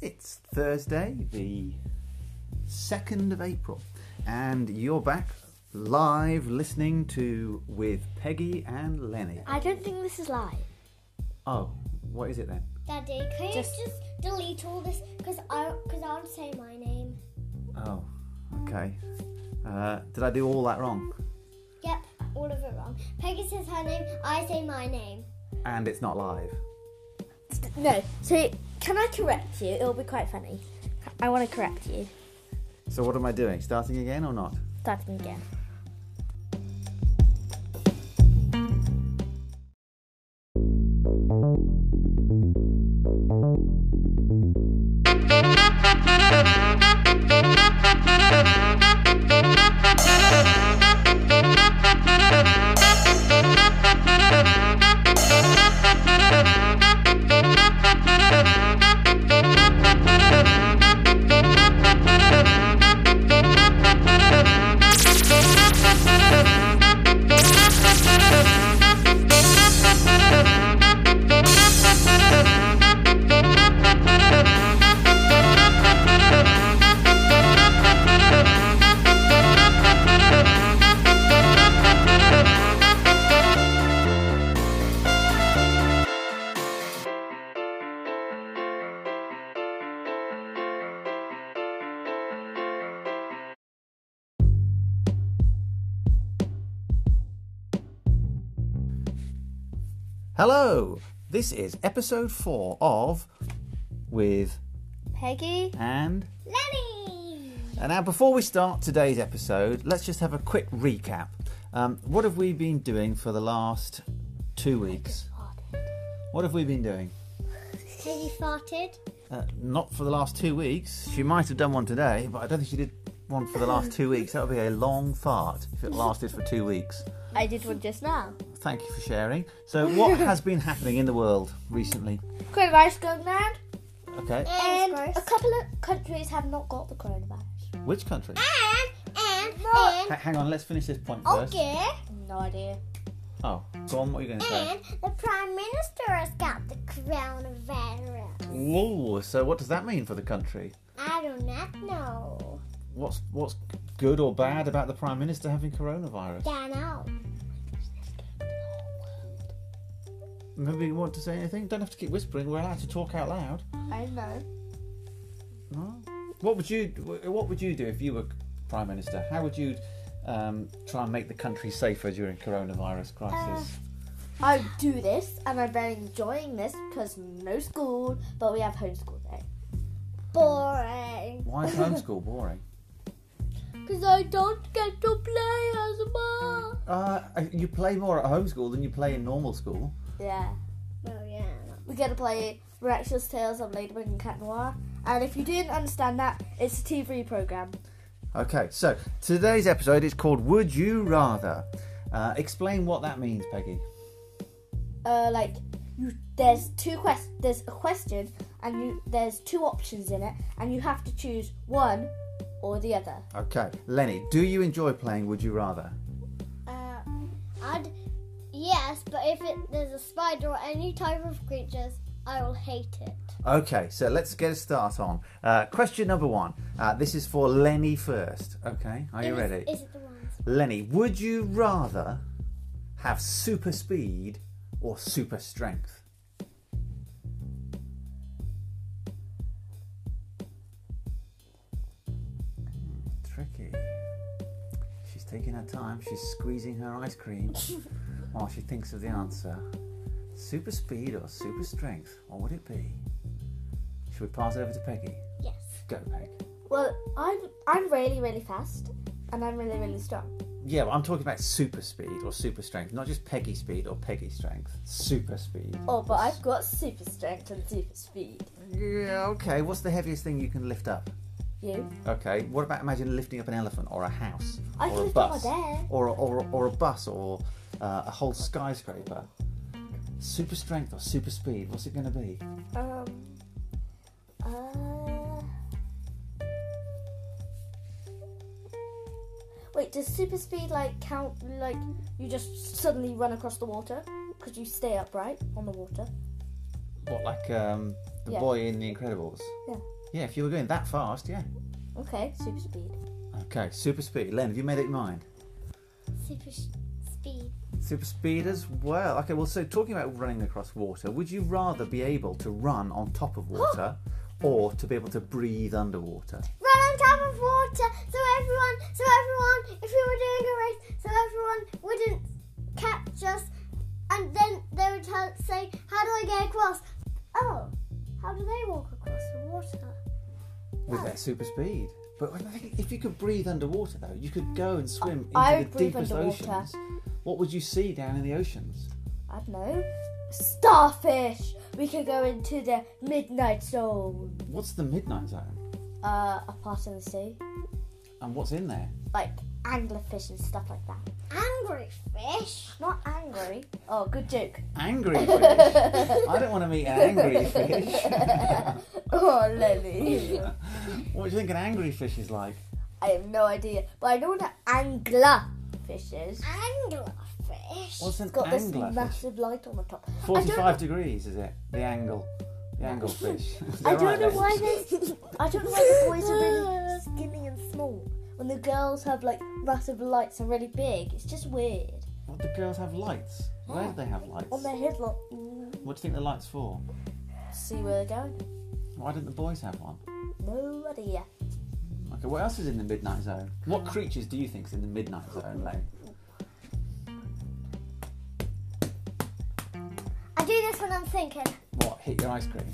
It's Thursday, the 2nd of April, and you're back live listening to with Peggy and Lenny. I don't think this is live. Oh, what is it then? Daddy, can you Just- just delete all this? Because I, because I want to say my name. Oh, okay. Uh, did I do all that wrong? Yep, all of it wrong. Peggy says her name. I say my name. And it's not live. No. So can I correct you? It'll be quite funny. I want to correct you. So what am I doing? Starting again or not? Start me again. Hello. This is episode 4 of with Peggy. and Lenny. And now, before we start today's episode, let's just have a quick recap. Um, what have we been doing for the last two weeks? What have we been doing? Peggy farted. Uh, not for the last two weeks. She might have done one today, but I don't think she did one for the last two weeks. That would be a long fart if it lasted for two weeks. I did one just now. Thank you for sharing. So, what has been happening in the world recently? Coronavirus going round, Okay, and gross. a couple of countries have not got the coronavirus. which country? And and Ha- hang on, let's finish this point and first. okay. No idea. Oh, go on. What are you going to say? And the prime minister has got the coronavirus. Whoa! So, what does that mean for the country? I do not know. What's what's good or bad about the prime minister having coronavirus? Don't know. Maybe you want to say anything? Don't have to keep whispering. We're allowed to talk out loud. I know. No. What would you What would you do if you were prime minister? How would you um, try and make the country safer during coronavirus crisis? I do this, and I'm very enjoying this because no school, but we have homeschool day. Boring. Why is homeschool boring? Because I don't get to play as much. Uh, you play more at homeschool than you play in normal school. Yeah. Oh yeah. We're gonna play Rachel's Tales of Ladybug and Cat Noir. And if you didn't understand that, it's a TV program. Okay, so today's episode is called "Would You Rather." Uh, explain what that means, Peggy. Uh, like you, there's two quest, there's a question, and you, there's two options in it, and you have to choose one or the other. Okay, Lenny, do you enjoy playing "Would You Rather"? Uh, I'd yes, but if it, there's a spider or any type of creatures, I will hate it. Okay, so let's get a start on. Uh, question number one. Uh, this is for Lenny first. Okay, are you Is- ready? Is it the ones? Lenny, would you rather have super speed or super strength? Hmm, Tricky. She's taking her time. She's squeezing her ice cream while she thinks of the answer. Super speed or super strength? What would it be? Should we pass over to Peggy? Yes. Go, Peg. Well, I'm I'm really really fast, and I'm really really strong. Yeah, but I'm talking about super speed or super strength, not just Peggy speed or Peggy strength. Super speed. Oh, but I've got super strength and super speed. Yeah, okay. What's the heaviest thing you can lift up? You? Okay. What about imagine lifting up an elephant or a house I or can a lift up my bus dad. or, or or a bus or uh, a whole skyscraper? Super strength or super speed? What's it going to be? Um. Uh. Wait, does super speed like count? Like you just suddenly run across the water because you stay upright on the water? What like um, the Yeah. boy in The Incredibles? Yeah. Yeah, if you were going that fast, yeah. Okay, super speed. Okay, super speed. Len, have you made up your mind? Super sh- speed. Super speed as well. Okay, well, so talking about running across water, would you rather be able to run on top of water or to be able to breathe underwater? Run on top of water so everyone, so everyone, if we were doing a race, so everyone wouldn't catch us. And then they would tell, say, How do I get across? Oh, how do they walk across the water? With their super speed. But I think if you could breathe underwater, though, you could go and swim into I would the breathe deepest underwater. oceans. What would you see down in the oceans? I don't know. Starfish. We could go into the midnight zone. What's the midnight zone? Uh, a part of the sea, And what's in there? like anglerfish and stuff like that. Angry fish? Not angry. Oh, good joke. Angry fish. I don't want to meet an angry fish. Oh, Lily. What do you think an angry fish is like? I have no idea, but I know what an anglerfish is. Angler fish? What's an It's got this angler fish? massive light on the top. I don't, Forty-five degrees is it? The angle, the angle fish. Is I that don't right, know Len? why they. I don't know why the boys are really skinny and small, when the girls have like massive lights and really big. It's just weird. What do girls have lights? Where do they have lights? On their head, like What do you think the lights for? see where they're going. Why didn't the boys have one? No idea. Okay, what else is in the midnight zone? What creatures do you think is in the midnight zone, Len? I do this when I'm thinking. What hit your ice cream?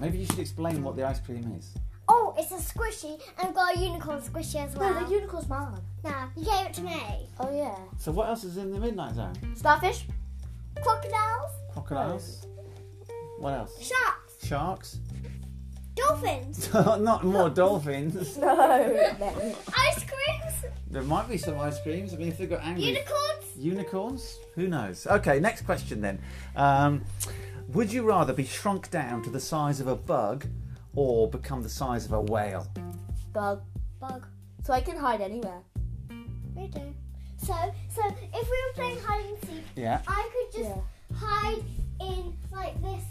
Maybe you should explain what the ice cream is. oh, it's a squishy, and I've got a unicorn squishy as well. No, the unicorn's mine. no, you gave it to me. Oh yeah. So what else is in the midnight zone? Starfish. Crocodiles, Crocodiles. What else? sharks, Sharks. dolphins, Not more dolphins. No. no. ice creams, There might be some ice creams. I mean, if they've got angry unicorns. unicorns, who knows? Okay, next question then. Um, would you rather be shrunk down to the size of a bug, or become the size of a whale? Bug. Bug. So I can hide anywhere. We do. So, so if we were playing hide and seek, Yeah. I could just Yeah. hide in like this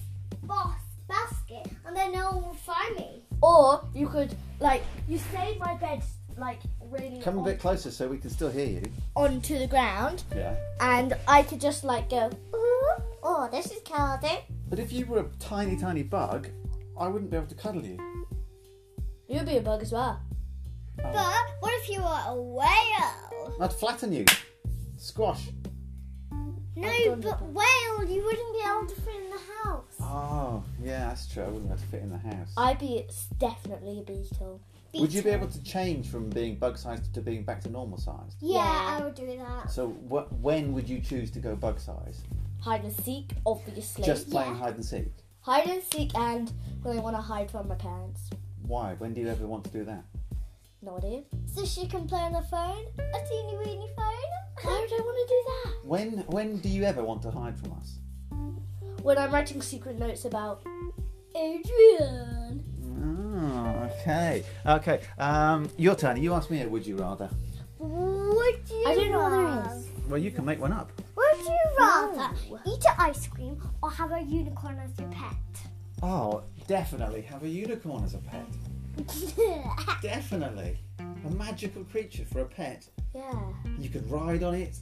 boss basket, and then no one would find me. Or you could like you stay in my bed like really Come a on- bit closer so we can still hear you. onto the ground, Yeah. and I could just like go. Ooh, oh, this is Cardi. But if you were a tiny, tiny bug, I wouldn't be able to cuddle you. You'd be a bug as well. But what if you were a whale? I'd flatten you. Squash. No, but whale, you wouldn't be able to fit in the house. Oh, yeah, that's true. I wouldn't be able to fit in the house. I'd be s- definitely a beetle. Would you be Beetle. able to change from being bug sized to being back to normal sized? Yeah, Yeah. I would do that. So, wh- when would you choose to go bug sized? Hide and seek, obviously. Just playing Yeah. hide and seek. Hide and seek, and when I want to hide from my parents. Why? When do you ever want to do that? No idea. So she can play on the phone, a teeny weeny phone. Why would I want to do that? When when do you ever want to hide from us? When I'm writing secret notes about Adrian. Oh, okay. Okay. Um, your turn. You asked me a would you rather. Would you? I don't know what rather- there is. Well, you can make one up. Would you rather No. eat an ice cream or have a unicorn as your pet? Oh, definitely have a unicorn as a pet. Definitely. A magical creature for a pet. Yeah. You could ride on it.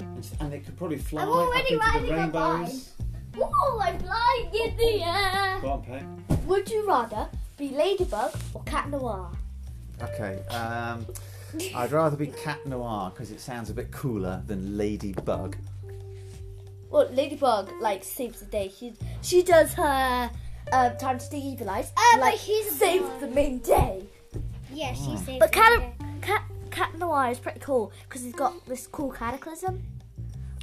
And, and it could probably fly I'm already up into riding the on rainbows. Whoa, I'm flying in the air! Go on, Peg. Would you rather be Ladybug or Cat Noir? Okay. Um, I'd rather be Cat Noir because it sounds a bit cooler than Ladybug. Well, Ladybug like saves the day. She she does her um, time to the evil eyes. Uh, but like he's a saves boy. the main day. Yeah, she said. But cat cat cat noir is pretty cool because he's got this cool cataclysm.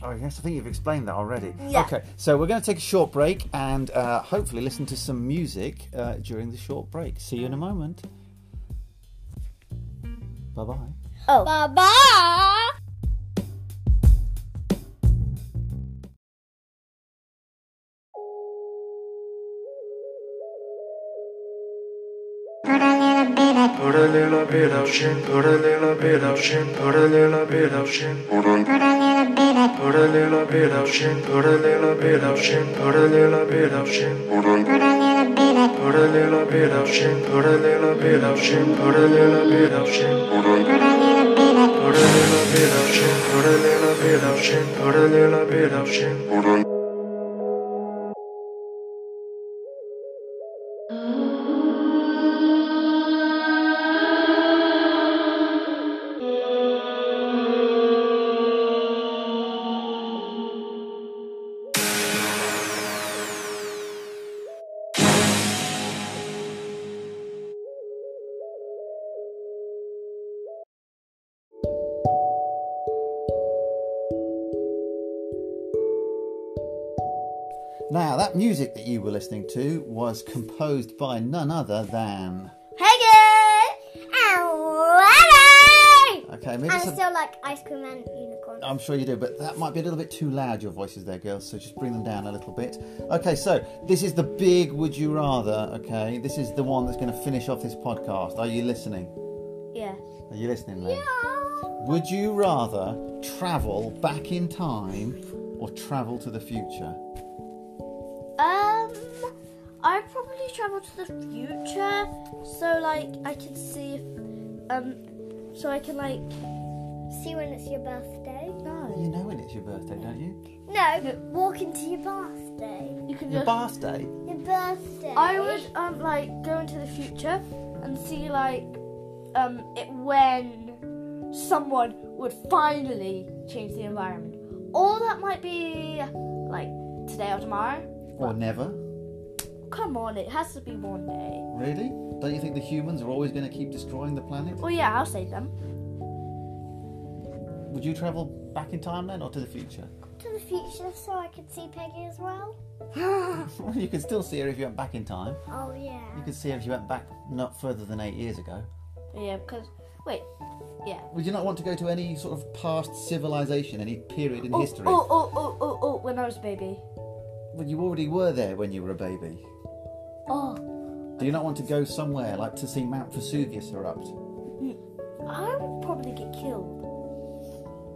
Oh yes, I think you've explained that already. Yeah. Okay, so we're going to take a short break and uh, hopefully listen to some music uh, during the short break. See you in a moment. Bye bye. Oh, Bye bye! Put a little bit of, Put a little bit of gin, put a little bit of gin, put a little bit of gin, put a little bit of, put a little bit of gin, put a little bit of gin, put a little bit of gin, put a little bit of, put a little bit of shit, put a little bit of shit, put a little bit of shit. Put a little bit of shit, put a little bit of shit, put a little bit of shit. Now, that music that you were listening to was composed by none other than. Peggy and Larry. Okay, maybe And some- I still like ice cream and unicorn. I'm sure you do, but that might be a little bit too loud, your voices there, girls, so just bring them down a little bit. Okay, so this is the big Would You Rather, okay? This is the one that's going to finish off this podcast. Are you listening? Oh, Yeah. Are you listening, Len? Would you rather travel back in time or travel to the future? Uh, Um, I probably travel to the future, so like I can see if um, so I can like See when it's your birthday. no, You know when it's your birthday, don't you? No, walk into your birthday. you can Your just. birthday? Your birthday. I would um like go into the future and see like um it when someone would finally change the environment, or that might be like today or tomorrow. Or never? Come on, it has to be one day. Really? Don't you think the humans are always going to keep destroying the planet? Well, yeah, I'll save them. Would you travel back in time then or to the future? to the future so I could see Peggy as well. Well, you could still see her if you went back in time. Oh yeah. You could see her if you went back not further than eight years ago. Yeah, because wait, yeah. Would you not want to go to any sort of past civilization, any period in Oh, history? Oh, oh, oh, oh, oh, when I was a baby. Well, you already were there when you were a baby. Oh, Do you not want to go somewhere like to see Mount Vesuvius erupt? I would probably get killed.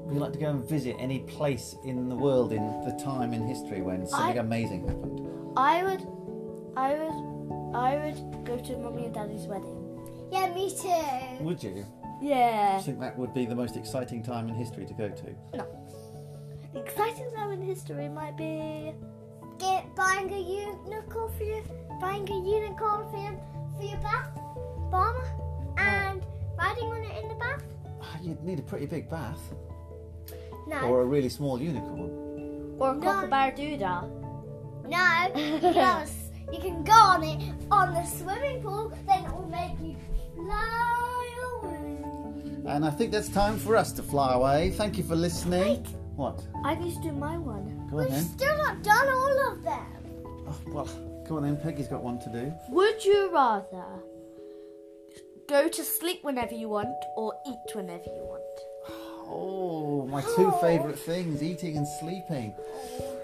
Would you like to go and visit any place in the world in the time in history when something I- amazing happened? I would, I would, I would go to mummy and daddy's wedding. Yeah, me too. Would you? I Yeah. think that would be the most exciting time in history to go to. The exciting time in history might be. Get buying a unicorn for your buying a unicorn for your for your bath bomb and riding on it in the bath. Ah, You'd need a pretty big bath No. or a really small unicorn. Or a kookaburra doodah. No, because you can go on it on the swimming pool, then it will make you fly away. And I think that's time for us to fly away. Thank you for listening. What? I need to do my one. Go on We've then. still not done all of them. Oh, well, go on then. Peggy's got one to do. Would you rather go to sleep whenever you want or eat whenever you want? Oh, my two favourite things: eating and sleeping.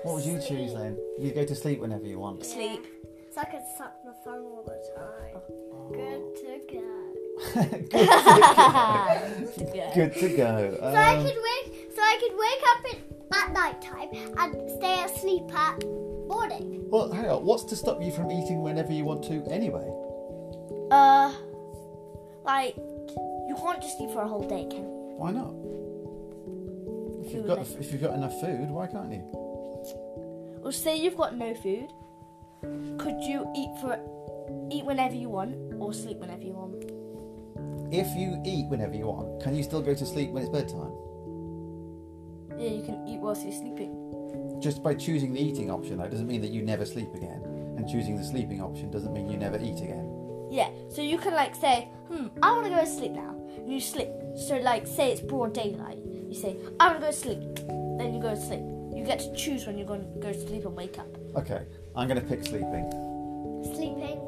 What would you choose then? You go to sleep whenever you want. Sleep. So I could suck my thumb all the time. Good to go. good, to go. good to go. So I Um, could wake, so I could wake up at, at night time and stay asleep at morning. well, hang on. What's to stop you from eating whenever you want to anyway? Uh, like you can't just eat for a whole day, can you? Why not? If you've would got make- if you've got enough food, why can't you? Well, say you've got no food. Could you eat for eat whenever you want or sleep whenever you want? If you eat whenever you want, can you still go to sleep when it's bedtime? Yeah, you can eat whilst you're sleeping. Just by choosing the eating option, though, doesn't mean that you never sleep again. And choosing the sleeping option doesn't mean you never eat again. Yeah, so you can like say, hmm, I want to go to sleep now, and you sleep. So like, say it's broad daylight, you say, I want to go to sleep, then you go to sleep. You get to choose when you're going to go to sleep and wake up. Okay, I'm going to pick sleeping. Sleeping.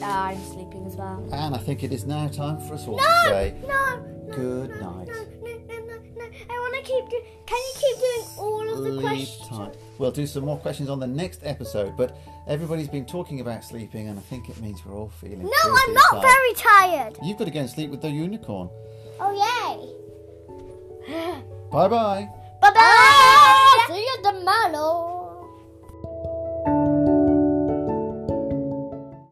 Ah, I'm sleeping as well. And I think it is now time for us all to No, say no, no. good no, night. No, no, no, no, no. I want to keep. Do- Can you keep doing all of the sleep questions? time. We'll do some more questions on the next episode, but everybody's been talking about sleeping, and I think it means we're all feeling. No, I'm filthy not tired. very tired. You've got to go and sleep with the unicorn. Oh yay! Bye bye. Bye bye.